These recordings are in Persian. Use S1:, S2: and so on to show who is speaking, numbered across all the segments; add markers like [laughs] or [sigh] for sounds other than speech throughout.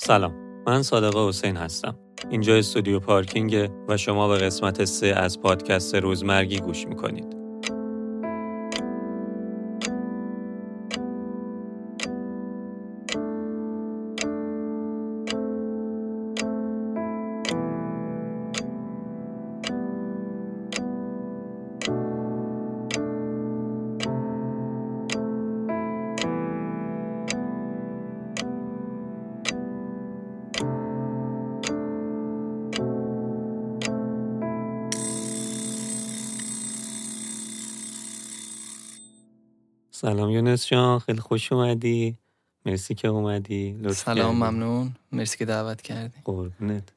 S1: سلام من صادق حسین هستم اینجا استودیو پارکینگ و شما به قسمت سه از پادکست روزمرگی گوش میکنید سلام یونس جان خیلی خوش اومدی مرسی که اومدی لطف
S2: سلام
S1: کردی.
S2: ممنون مرسی که دعوت کردی
S1: قربونت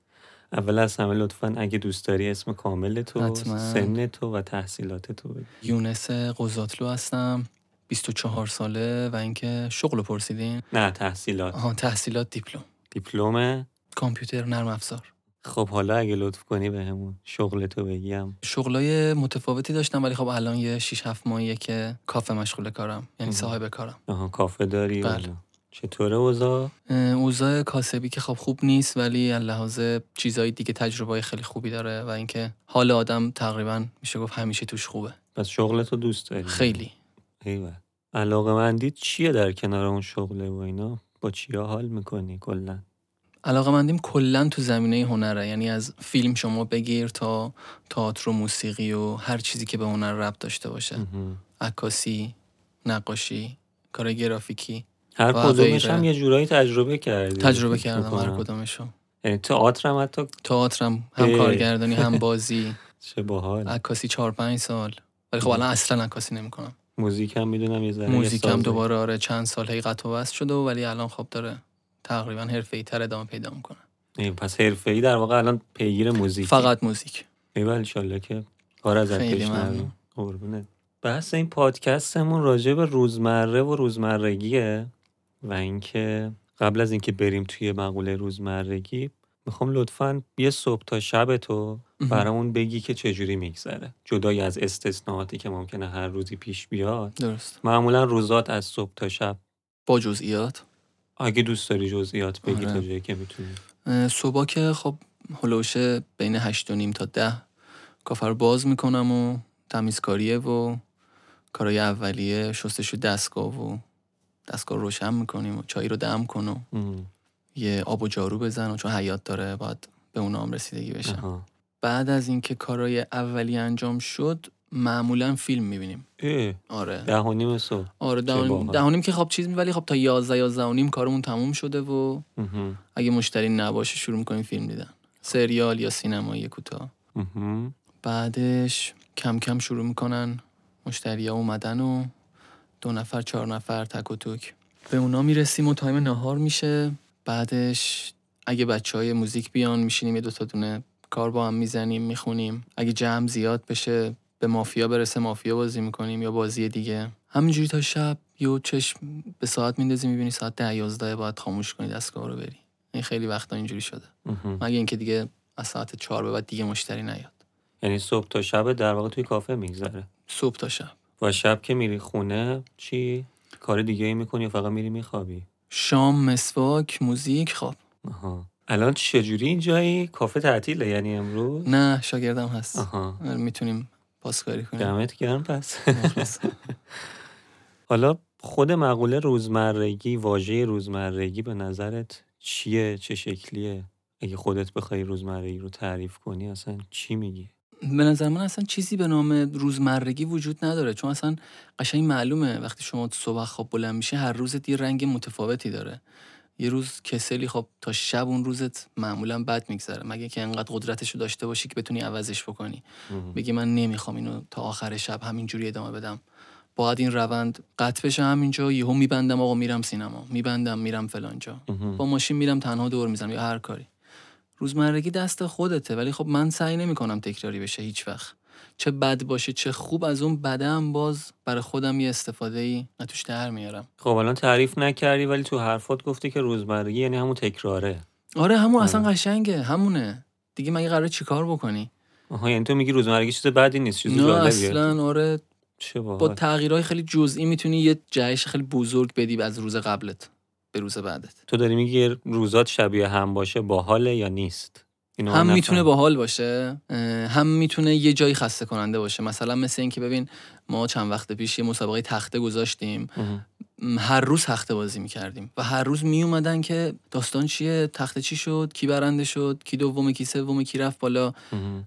S1: اول از همه لطفا اگه دوست داری اسم کامل تو
S2: حتما.
S1: سن تو و تحصیلات تو بگو.
S2: یونس قزاتلو هستم 24 ساله و اینکه شغل رو پرسیدین
S1: نه تحصیلات
S2: آها تحصیلات دیپلم
S1: دیپلمه
S2: کامپیوتر نرم افزار
S1: خب حالا اگه لطف کنی بهمون شغل تو بگیم
S2: شغلای متفاوتی داشتم ولی خب الان یه 6 7 ماهیه که کافه مشغول کارم یعنی
S1: مم.
S2: صاحب کارم
S1: آها کافه داری
S2: بله.
S1: والا. چطوره اوضاع
S2: اه، اوضاع کاسبی که خب خوب نیست ولی از لحاظ چیزای دیگه تجربه خیلی خوبی داره و اینکه حال آدم تقریبا میشه گفت همیشه توش خوبه
S1: پس شغل تو دوست داری
S2: خیلی
S1: ایول علاقه مندید چیه در کنار اون شغله و اینا با چیا حال میکنی کلا
S2: علاقه مندیم کلا تو زمینه هنره یعنی از فیلم شما بگیر تا تئاتر و موسیقی و هر چیزی که به هنر ربط داشته باشه
S1: مهم.
S2: عکاسی نقاشی کار گرافیکی
S1: هر
S2: و
S1: کدومش
S2: غیره.
S1: هم یه جورایی تجربه کردی
S2: تجربه
S1: فکر
S2: کردم هر
S1: می‌کنم.
S2: کدومشو
S1: یعنی تئاتر هم حتی
S2: تئاترم هم
S1: اه. [laughs]
S2: کارگردانی هم بازی
S1: چه باحال
S2: عکاسی چهار پنج سال ولی خب
S1: مم.
S2: الان اصلا عکاسی نمیکنم
S1: موزیک هم میدونم یه ذره یه
S2: موزیکم
S1: سازه.
S2: دوباره آره چند سال هی قطع و وصل شده و ولی الان خب داره تقریبا حرفه تر ادامه پیدا میکنه
S1: ای، پس حرفه‌ای در واقع الان پیگیر موزیک
S2: فقط موزیک
S1: ایول انشالله که کار ازت
S2: خیلی
S1: بشنویم
S2: ممنون.
S1: قربونه بحث این پادکستمون راجع به روزمره و روزمرگیه و اینکه قبل از اینکه بریم توی مقوله روزمرگی میخوام لطفا یه صبح تا شب تو برامون بگی که چجوری میگذره جدای از استثناءاتی که ممکنه هر روزی پیش بیاد
S2: درست
S1: معمولا روزات از صبح تا شب
S2: با جزئیات
S1: اگه دوست داری جزئیات بگی تا
S2: آره.
S1: جایی که میتونی
S2: صبح که خب هلوش بین هشت و نیم تا ده کافر رو باز میکنم و تمیزکاریه و کارای اولیه شستشو دستگاه و دستگاه رو روشن میکنیم و چایی رو دم کن و
S1: ام،
S2: یه آب و جارو بزن و چون حیات داره باید به اون هم رسیدگی بشه
S1: آها.
S2: بعد از اینکه کارای اولی انجام شد معمولا فیلم میبینیم
S1: اه،
S2: آره
S1: ده و نیم صبح
S2: آره
S1: چه باحال.
S2: دهانیم که خب چیز ولی خب تا یازده یازده و نیم کارمون تموم شده و
S1: مهم.
S2: اگه مشتری نباشه شروع میکنیم فیلم دیدن سریال یا سینمایی کوتاه
S1: مهم.
S2: بعدش کم کم شروع میکنن مشتری ها اومدن و دو نفر چهار نفر تک و توک به اونا میرسیم و تایم نهار میشه بعدش اگه بچه های موزیک بیان میشینیم یه دوتا دونه کار با هم میزنیم میخونیم اگه جمع زیاد بشه به مافیا برسه مافیا بازی میکنیم یا بازی دیگه همینجوری تا شب یه چشم به ساعت میندازی میبینی ساعت ده یازده باید خاموش کنی دستگاه رو بری این خیلی وقتا اینجوری شده
S1: مهم.
S2: مگه اینکه دیگه از ساعت چهار به بعد دیگه مشتری نیاد
S1: یعنی صبح تا شب در واقع توی کافه میگذره
S2: صبح تا شب
S1: و شب که میری خونه چی کار دیگه ای میکنی یا فقط میری میخوابی
S2: شام مسواک موزیک خب
S1: آها الان چجوری اینجایی کافه تعطیله یعنی امروز
S2: نه شاگردم هست آره،
S1: آها
S2: میتونیم پاسکاری کنیم
S1: دمت گرم پس
S2: مخلص.
S1: حالا خود مقوله روزمرگی واژه روزمرگی به نظرت چیه چه شکلیه اگه خودت بخوای روزمرگی رو تعریف کنی اصلا چی میگی
S2: به نظر من اصلا چیزی به نام روزمرگی وجود نداره چون اصلا قشنگ معلومه وقتی شما صبح خواب بلند میشه هر روزت یه رنگ متفاوتی داره یه روز کسلی خب تا شب اون روزت معمولا بد میگذره مگه که انقدر قدرتشو داشته باشی که بتونی عوضش بکنی
S1: مهم.
S2: بگی من نمیخوام اینو تا آخر شب همینجوری ادامه بدم باید این روند قطع بشه همینجا یهو میبندم آقا میرم سینما میبندم میرم فلان جا
S1: مهم.
S2: با ماشین میرم تنها دور میزنم یا هر کاری روزمرگی دست خودته ولی خب من سعی نمیکنم تکراری بشه هیچ وقت چه بد باشه چه خوب از اون بده هم باز برای خودم یه استفاده ای توش در میارم
S1: خب الان تعریف نکردی ولی تو حرفات گفتی که روزمرگی یعنی همون تکراره
S2: آره همون
S1: آره.
S2: اصلا قشنگه همونه دیگه مگه قراره چیکار بکنی
S1: آها یعنی تو میگی روزمرگی چیز بدی نیست چیز
S2: نه
S1: جالبیه
S2: اصلا آره
S1: چه
S2: با
S1: باحال
S2: تغییرهای خیلی جزئی میتونی یه جهش خیلی بزرگ بدی از روز قبلت به روز بعدت
S1: تو داری میگی روزات شبیه هم باشه باحاله یا نیست اینو من
S2: هم
S1: نفهم.
S2: میتونه باحال باشه اه، هم میتونه یه جایی خسته کننده باشه مثلا مثل اینکه ببین ما چند وقت پیش یه مسابقه تخته گذاشتیم
S1: اه.
S2: م، هر روز تخته بازی میکردیم و هر روز میومدن که داستان چیه تخته چی شد کی برنده شد کی دوم کی سوم کی رفت بالا
S1: اه.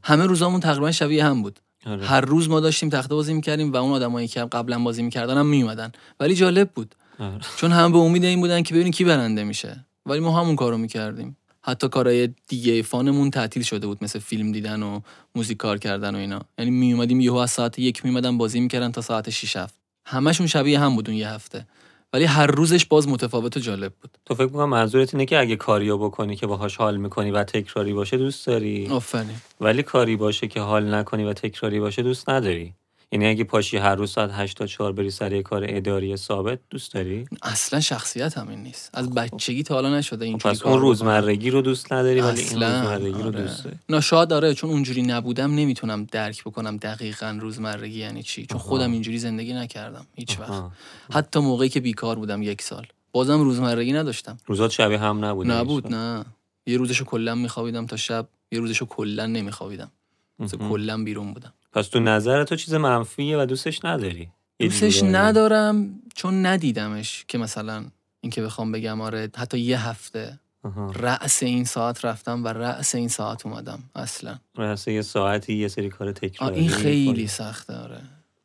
S2: همه روزامون تقریبا شبیه هم بود
S1: آره.
S2: هر روز ما داشتیم تخته بازی میکردیم و اون آدمایی که قبلا بازی میکردن هم میومدن ولی جالب بود
S1: آره.
S2: چون هم به امید این بودن که ببینیم کی برنده میشه ولی ما همون کارو میکردیم حتی کارهای دیگه فانمون تعطیل شده بود مثل فیلم دیدن و موزیک کار کردن و اینا یعنی می اومدیم یهو از ساعت یک میومدن بازی میکردن تا ساعت 6 هفت همشون شبیه هم بود اون یه هفته ولی هر روزش باز متفاوت و جالب بود
S1: تو فکر میکنم منظورت اینه که اگه کاریو بکنی که باهاش حال میکنی و تکراری باشه دوست داری
S2: آفرین
S1: ولی کاری باشه که حال نکنی و تکراری باشه دوست نداری یعنی اگه پاشی هر روز ساعت 8 تا 4 بری سر یه کار اداری ثابت دوست داری خب
S2: اصلا شخصیت همین نیست از بچگی تا حالا نشده این
S1: پس اون روزمرگی رو دوست نداری ولی این
S2: اصلاً،
S1: روزمرگی رو
S2: آره.
S1: دوست داری
S2: نه شاید آره چون اونجوری نبودم نمیتونم درک بکنم دقیقا روزمرگی یعنی چی چون
S1: آها.
S2: خودم اینجوری زندگی نکردم هیچ وقت
S1: آها.
S2: حتی موقعی که بیکار بودم یک سال بازم روزمرگی نداشتم
S1: روزات شبیه هم نبود
S2: نبود نه یه روزشو کلا میخوابیدم تا شب یه روزشو کلا نمیخوابیدم مثلا کلا بیرون بودم
S1: پس تو نظر تو چیز منفیه و دوستش نداری یه
S2: دوستش
S1: جوری داری.
S2: ندارم چون ندیدمش که مثلا اینکه بخوام بگم آره حتی یه هفته
S1: آها.
S2: رأس این ساعت رفتم و رأس این ساعت اومدم اصلا
S1: راسته یه ساعتی یه سری کار
S2: آه،
S1: تکراری
S2: این خیلی
S1: می‌کنی.
S2: سخته آره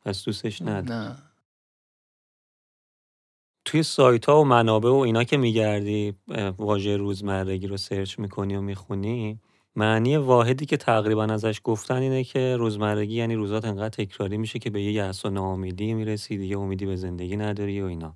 S1: پس دوستش نداری
S2: نه
S1: توی سایت ها و منابع و اینا که میگردی واژه روزمرگی رو سرچ میکنی و میخونی معنی واحدی که تقریبا ازش گفتن اینه که روزمرگی یعنی روزات انقدر تکراری میشه که به یه یأس و ناامیدی میرسی دیگه امیدی به زندگی نداری و اینا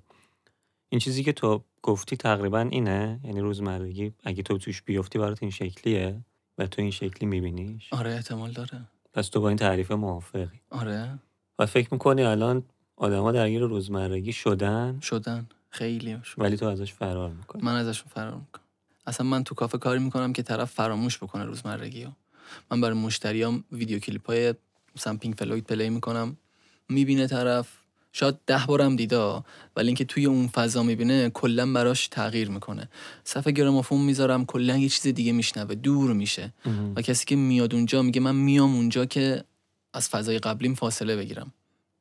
S1: این چیزی که تو گفتی تقریبا اینه یعنی روزمرگی اگه تو توش بیفتی برات این شکلیه و تو این شکلی میبینیش
S2: آره احتمال داره
S1: پس تو با این تعریف موافقی
S2: آره
S1: و فکر میکنی الان آدما درگیر روزمرگی شدن
S2: شدن خیلی شد.
S1: ولی تو ازش فرار میکنی
S2: من ازشون فرار میکنم اصلا من تو کافه کاری میکنم که طرف فراموش بکنه روزمرگی رو من برای مشتریام ویدیو کلیپ های مثلا پینک فلوید پلی میکنم میبینه طرف شاید ده بارم دیدا ولی اینکه توی اون فضا میبینه کلا براش تغییر میکنه صفحه گرامافون میذارم کلا یه چیز دیگه میشنوه دور میشه و کسی که میاد اونجا میگه من میام اونجا که از فضای قبلیم فاصله بگیرم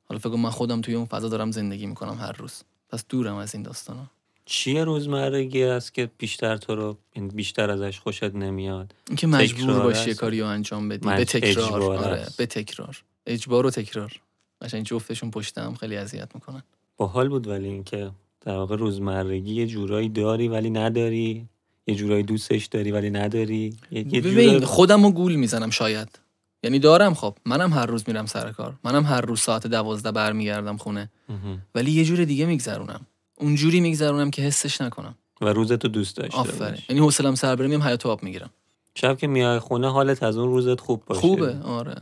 S2: حالا فکر کن من خودم توی اون فضا دارم زندگی میکنم هر روز پس دورم از این داستانا
S1: چیه روزمرگی است که بیشتر تو رو این بیشتر ازش خوشت نمیاد
S2: اینکه مجبور
S1: تکرار
S2: باشی یه
S1: است.
S2: کاری رو انجام بدی
S1: مج-
S2: به تکرار
S1: اجبار
S2: آره
S1: است.
S2: به تکرار اجبار و تکرار قشنگ جفتشون پشتم خیلی اذیت میکنن
S1: باحال بود ولی اینکه در واقع روزمرگی یه جورایی داری ولی نداری یه جورایی دوستش داری ولی نداری یه, یه
S2: ببین خب-
S1: جورایی
S2: خودم رو گول میزنم شاید یعنی دارم خب منم هر روز میرم سر کار منم هر روز ساعت دوازده برمیگردم خونه
S1: مهم.
S2: ولی یه جور دیگه میگذرونم اونجوری میگذرونم که حسش نکنم
S1: و روزتو دوست داشته
S2: آفرین
S1: باش.
S2: یعنی حوصلم سر بره میام حیات آب میگیرم
S1: شب که میای خونه حالت از اون روزت خوب باشه
S2: خوبه آره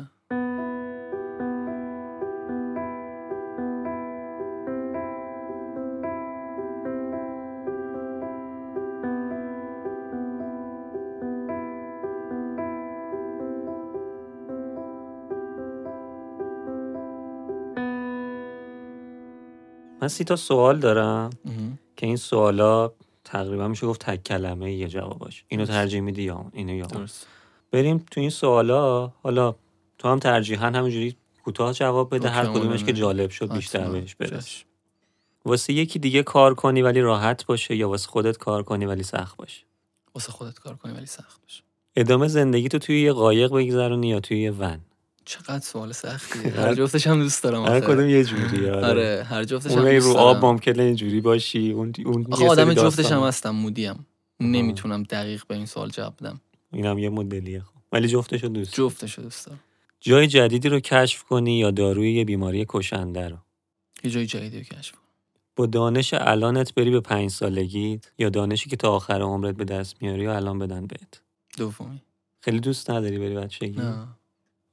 S1: من سی تا سوال دارم
S2: مهم.
S1: که این سوالا تقریبا میشه گفت تک کلمه یه جواباش اینو
S2: درست.
S1: ترجیح میدی یا اون اینو یا اون
S2: درست
S1: بریم تو این سوالا حالا تو هم ترجیحاً همینجوری کوتاه جواب بده
S2: اوکی،
S1: هر
S2: معلومه.
S1: کدومش که جالب شد بیشتر
S2: حتما.
S1: بهش برس
S2: چشم.
S1: واسه یکی دیگه کار کنی ولی راحت باشه یا واسه خودت کار کنی ولی سخت باشه
S2: واسه خودت کار کنی ولی سخت باشه
S1: ادامه زندگی تو توی یه قایق بگذرونی یا توی یه ون
S2: چقدر سوال
S1: [laughs]
S2: سختیه هر جفتش هم دوست دارم
S1: هر
S2: آخه.
S1: کدوم یه جوری آره
S2: آره هر جفتش هم
S1: اون
S2: دوست
S1: رو
S2: دارم
S1: آب ممکنه اینجوری باشی اون اون
S2: آخه
S1: یه
S2: آدم
S1: سری
S2: جفتش هم
S1: داستانه.
S2: هستم مودیم نمیتونم دقیق به این سوال جواب بدم
S1: اینم یه مدلیه خب ولی جفتشو دوست داری.
S2: جفتش رو دوست دارم
S1: جای جدیدی رو کشف کنی یا داروی یه بیماری کشنده رو
S2: یه جای جدیدی رو کشف کنم.
S1: با دانش الانت بری به پنج سالگیت یا دانشی که تا آخر عمرت به دست میاری و الان بدن بهت
S2: دومی
S1: خیلی دوست نداری بری بچگی
S2: نه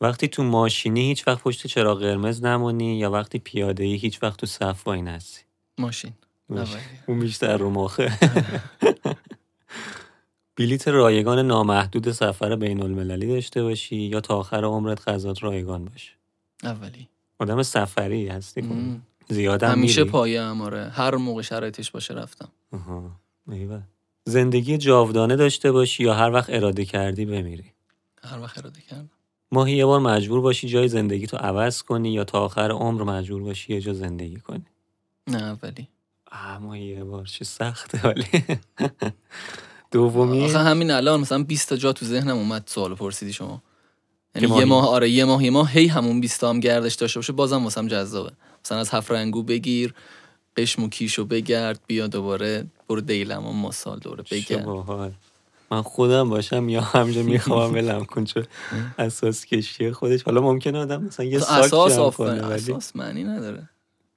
S1: وقتی تو ماشینی هیچ وقت پشت چراغ قرمز نمونی یا وقتی پیاده ای هیچ وقت تو صف وای نسی
S2: ماشین
S1: باشه.
S2: اولی.
S1: اون بیشتر رو ماخه [laughs] بلیت رایگان نامحدود سفر بین المللی داشته باشی یا تا آخر عمرت غذات رایگان باشه
S2: اولی
S1: آدم سفری هستی خب.
S2: مم.
S1: زیادم
S2: همیشه
S1: میری
S2: پایم آره هر موقع شرایطش باشه رفتم
S1: آها. ایوه. زندگی جاودانه داشته باشی یا هر وقت اراده کردی بمیری
S2: هر وقت اراده کردم
S1: ماهی یه بار مجبور باشی جای زندگی تو عوض کنی یا تا آخر عمر مجبور باشی یه جا زندگی کنی
S2: نه ولی
S1: آه، ماهی یه بار چه سخته ولی دومی
S2: آخه همین الان مثلا 20 تا جا تو ذهنم اومد سوال پرسیدی شما یعنی
S1: که
S2: یه
S1: ماهی.
S2: ماه آره یه ماه یه ماه هی همون 20 تا هم گردش داشته باشه بازم واسم جذابه مثلا از هفت رنگو بگیر قشم و کیشو بگرد بیا دوباره برو دیلم و ماسال دوره
S1: چه
S2: بگرد
S1: باحال من خودم باشم یا همجا میخوام ولم کن چون اساس کشی خودش حالا ممکنه آدم مثلا یه
S2: اصلا
S1: ساک
S2: اساس
S1: جمع
S2: آفرین
S1: کنه ولی
S2: اساس معنی نداره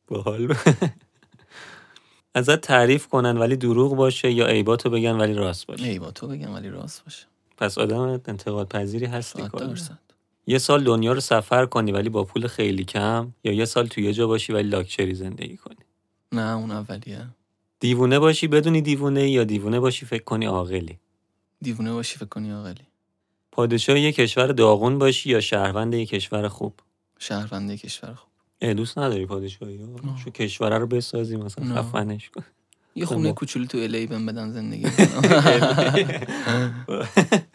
S1: باحال ازت تعریف کنن ولی دروغ باشه یا عیباتو بگن ولی راست باشه
S2: ای با تو بگم ولی راست باشه
S1: پس آدم انتقاد پذیری هستی
S2: صد
S1: کار
S2: درصد
S1: یه سال دنیا رو سفر کنی ولی با پول خیلی کم یا یه سال توی یه جا باشی ولی لاکچری زندگی کنی
S2: نه اون اولیه
S1: دیوونه باشی بدونی دیوونه یا دیوونه باشی فکر کنی عاقلی
S2: دیوونه باشی فکر کنی آقلی
S1: پادشاه یه کشور داغون باشی یا شهروند یه کشور خوب
S2: شهرونده کشور خوب
S1: اه، دوست نداری پادشاهی ها
S2: نه.
S1: شو کشوره رو بسازی مثلا
S2: نه.
S1: خفنش کن [laughs]
S2: یه
S1: خب.
S2: خونه کوچولو تو الی بهم بدن
S1: [laughs]
S2: زندگی کنم. [laughs]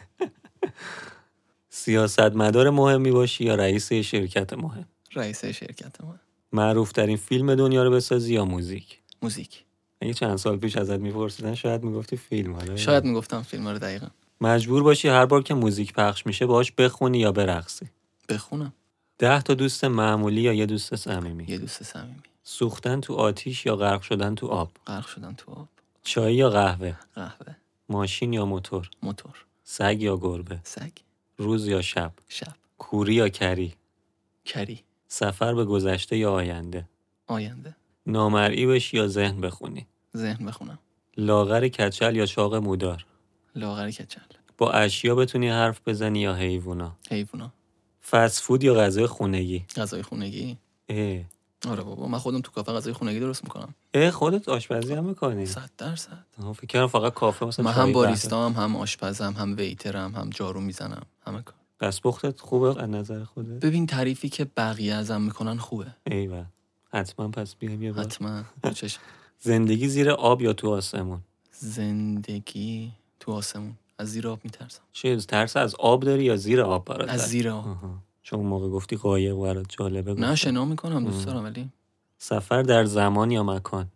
S1: سیاستمدار مهمی باشی یا رئیس یه شرکت مهم
S2: رئیس شرکت من
S1: معروف ترین فیلم دنیا رو بسازی یا موزیک
S2: موزیک
S1: اگه چند سال پیش ازت میپرسیدن شاید میگفتی فیلم حالا
S2: شاید میگفتم فیلم رو دقیقا
S1: مجبور باشی هر بار که موزیک پخش میشه باهاش بخونی یا برقصی
S2: بخونم
S1: ده تا دوست معمولی یا یه دوست صمیمی
S2: یه دوست صمیمی
S1: سوختن تو آتیش یا غرق شدن تو آب
S2: غرق شدن تو آب
S1: چای یا قهوه
S2: قهوه
S1: ماشین یا موتور
S2: موتور
S1: سگ یا گربه
S2: سگ
S1: روز یا شب
S2: شب
S1: کوری یا کری
S2: کری
S1: سفر به گذشته یا آینده
S2: آینده
S1: نامرئی بشی یا ذهن بخونی
S2: ذهن بخونم
S1: لاغر کچل یا چاق مودار
S2: لاغر کچل
S1: با اشیا بتونی حرف بزنی یا حیوونا
S2: حیوونا
S1: فست فود یا غذای خونگی
S2: غذای خونگی
S1: اه.
S2: آره بابا من خودم تو کافه غذای خونگی درست میکنم
S1: اه خودت آشپزی هم میکنی
S2: صد درصد
S1: فکر کردم فقط کافه مثلا
S2: من
S1: چای،
S2: هم
S1: قهوه.
S2: باریستام هم آشپزم هم ویترم هم جارو میزنم همه کار
S1: دستپختت خوبه از نظر خودت
S2: ببین تعریفی که بقیه ازم میکنن خوبه
S1: ایول حتما پس بیام یه بار
S2: حتما با چشم.
S1: زندگی زیر آب یا تو آسمون
S2: زندگی تو آسمون از زیر آب میترسم
S1: چه ترس از آب داری یا زیر آب برات
S2: از
S1: بد؟
S2: زیر آب
S1: آها. چون اون موقع گفتی قایق برات جالبه
S2: نه
S1: گفتم.
S2: شنا میکنم
S1: ام.
S2: دوست دارم ولی
S1: سفر در زمان یا مکان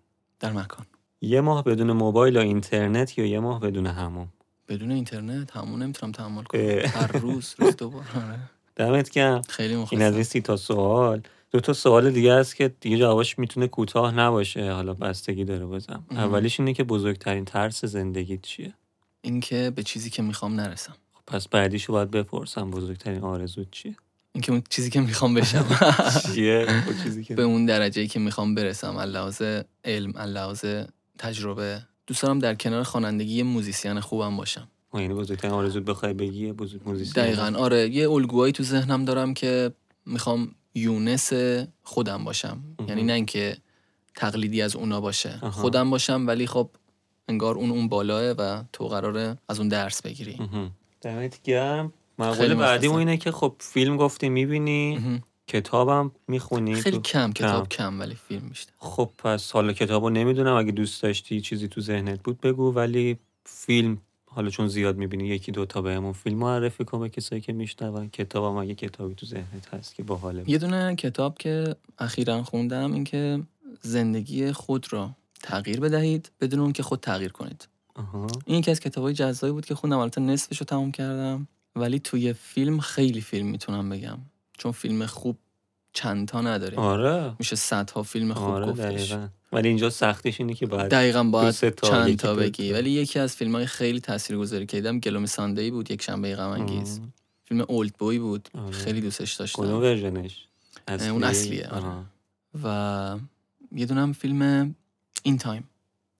S2: در مکان
S1: یه ماه بدون موبایل یا اینترنت یا یه ماه بدون هموم
S2: بدون اینترنت همون نمیتونم تحمل کنم
S1: اه.
S2: هر روز
S1: [laughs]
S2: روز دوبار آره.
S1: دمت گرم
S2: خیلی
S1: این از این
S2: مخلصم
S1: سی تا سوال دو تا سوال دیگه هست که دیگه جوابش میتونه کوتاه نباشه حالا بستگی داره بازم
S2: مم.
S1: اولیش اینه که بزرگترین ترس زندگیت چیه
S2: اینکه به چیزی که میخوام نرسم
S1: خب پس بعدیشو باید بپرسم بزرگترین آرزوت چیه
S2: اینکه اون چیزی که میخوام بشم
S1: [laughs]
S2: [laughs]
S1: چیه خب چیزی که
S2: به اون درجه که میخوام برسم اللحاظ علم اللحاظ تجربه دوست دارم در کنار خوانندگی یه موزیسین خوبم باشم
S1: ما یعنی بزرگترین آرزوت بخوای بگی بزرگ موزیسین
S2: دقیقا آره یه الگوهایی تو ذهنم دارم که میخوام یونس خودم باشم
S1: مهم.
S2: یعنی نه اینکه تقلیدی از اونا باشه
S1: آها.
S2: خودم باشم ولی خب انگار اون اون بالاه و تو قراره از اون درس بگیری
S1: مهم. دمت گرم مقوله
S2: خیلی
S1: بعدیمون
S2: مخلصم.
S1: اینه که خب فیلم گفتی میبینی
S2: مهم.
S1: کتابم میخونی
S2: خیلی
S1: یعنی تو-
S2: کم کتاب کم ولی فیلم بیشتر
S1: خب پس حالا کتابو نمیدونم اگه دوست داشتی چیزی تو ذهنت بود بگو ولی فیلم حالا چون زیاد میبینی یکی دو تا بهمون فیلم معرفی کن به کسایی که میشنون کتابم اگه کتابی تو ذهنت هست که باحاله
S2: یه دونه کتاب که اخیرا خوندم اینکه زندگی خود را تغییر بدهید بدون اون که خود تغییر کنید
S1: آها
S2: این یکی از کتابای جذابی بود که خوندم البته نصفش رو تموم کردم ولی توی فیلم خیلی فیلم میتونم بگم چون فیلم خوب چند تا نداره
S1: آره
S2: میشه صدها فیلم خوب
S1: آره
S2: خب گفتش
S1: دقیقا ولی اینجا سختیش اینه که باید
S2: دقیقا باید
S1: سه تا، یکی
S2: چند تا
S1: دو
S2: بگی
S1: تا.
S2: ولی یکی از فیلم های خیلی تاثیرگذاری که دیدم گلومی ساندی بود یک شنبه غم انگیز
S1: آه.
S2: فیلم اولد بوی بود
S1: آره.
S2: خیلی دوستش داشتم
S1: کدوم ورژنش
S2: اون اصلیه، آره.
S1: آها.
S2: و یه دونم فیلم این تایم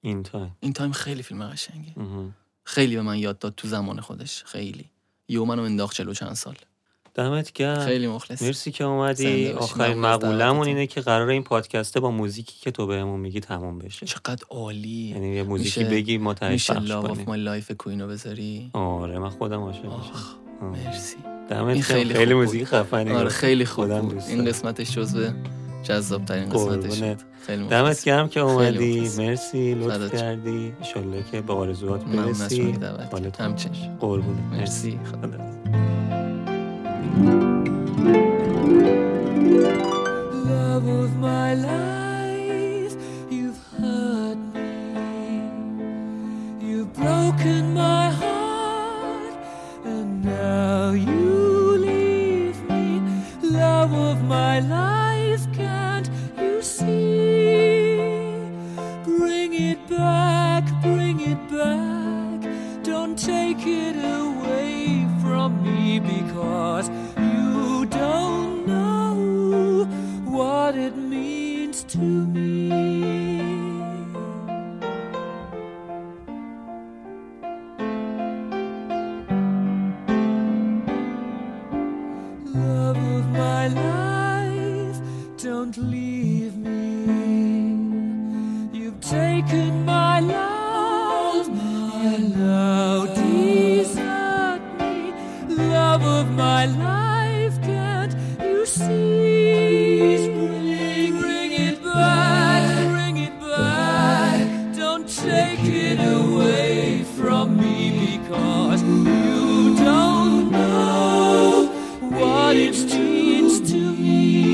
S1: این تایم
S2: این تایم خیلی فیلم قشنگه
S1: آها.
S2: خیلی به من یاد داد تو زمان خودش خیلی یو منو انداخت چلو چند سال
S1: دمت گرم
S2: خیلی مخلص
S1: مرسی که
S2: زنده
S1: اومدی
S2: باشی.
S1: آخرین
S2: ممنون از
S1: مقولمون
S2: دعوتتون.
S1: اینه که قرار این پادکسته با موزیکی که تو بهمون میگی تموم بشه
S2: چقدر عالی
S1: یعنی یه موزیکی
S2: میشه-
S1: بگی ما تهش
S2: میشه
S1: پخش
S2: لاو آف
S1: کنیم
S2: مای لایف کوینو بذاری
S1: آره من خودم عاشق
S2: آخ
S1: آه.
S2: مرسی
S1: دمت خیلی
S2: این خیلی
S1: خیلی
S2: خوب
S1: موزیک خفنی
S2: آره
S1: بود.
S2: خیلی خوب
S1: یعنی خودم
S2: بود
S1: دوست
S2: این
S1: دارم.
S2: قسمتش جزو جذاب ترین قسمتش
S1: قربونت
S2: خیلی
S1: دمت گرم که
S2: خیلی
S1: اومدی
S2: مخلص.
S1: مرسی
S2: فدات
S1: لطف
S2: شم.
S1: کردی انشالله که به آرزوهات
S2: ممنون از شما
S1: برسی
S2: که دعوت
S1: حالت
S2: کرد. همچنین
S1: قربونت
S2: مرسی خدا
S1: خدا.
S3: love of my life. You've hurt me. You've broken my heart, and now you leave me. Love of my life, can't you see? Bring it back, bring it back. Don't take it away from me because you don't know what it means to me. love of my life, don't leave me. You've taken my love, you now desert me. Love of my life, can't you see? Bring, bring it back, bring it back. Don't take it away from me because you don't know what it means to me.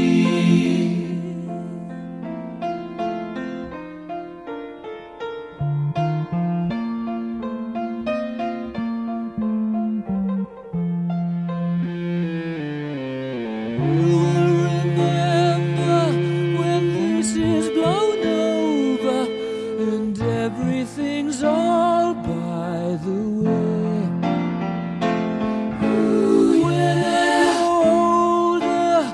S3: Remember when this is blown over and everything's all by the way. When I'm older,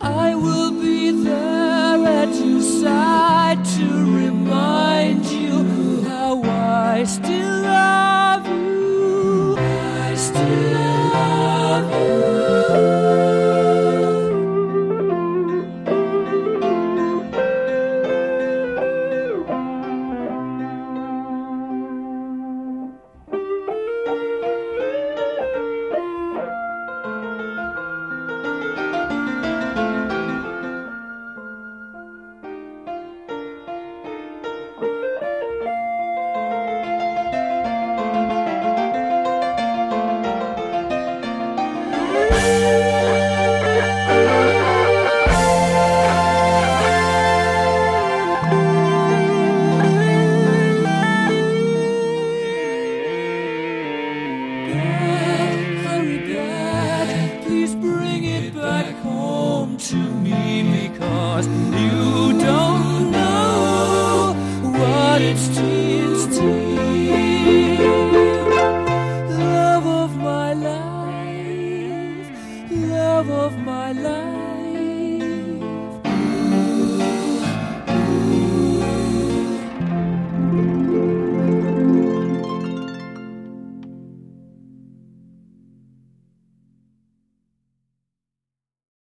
S3: I will be there at your side to remind you how I still love you. I still love you. Hurry back, please bring it back home to me because you don't know what it means to me. Love of my life, love of my life.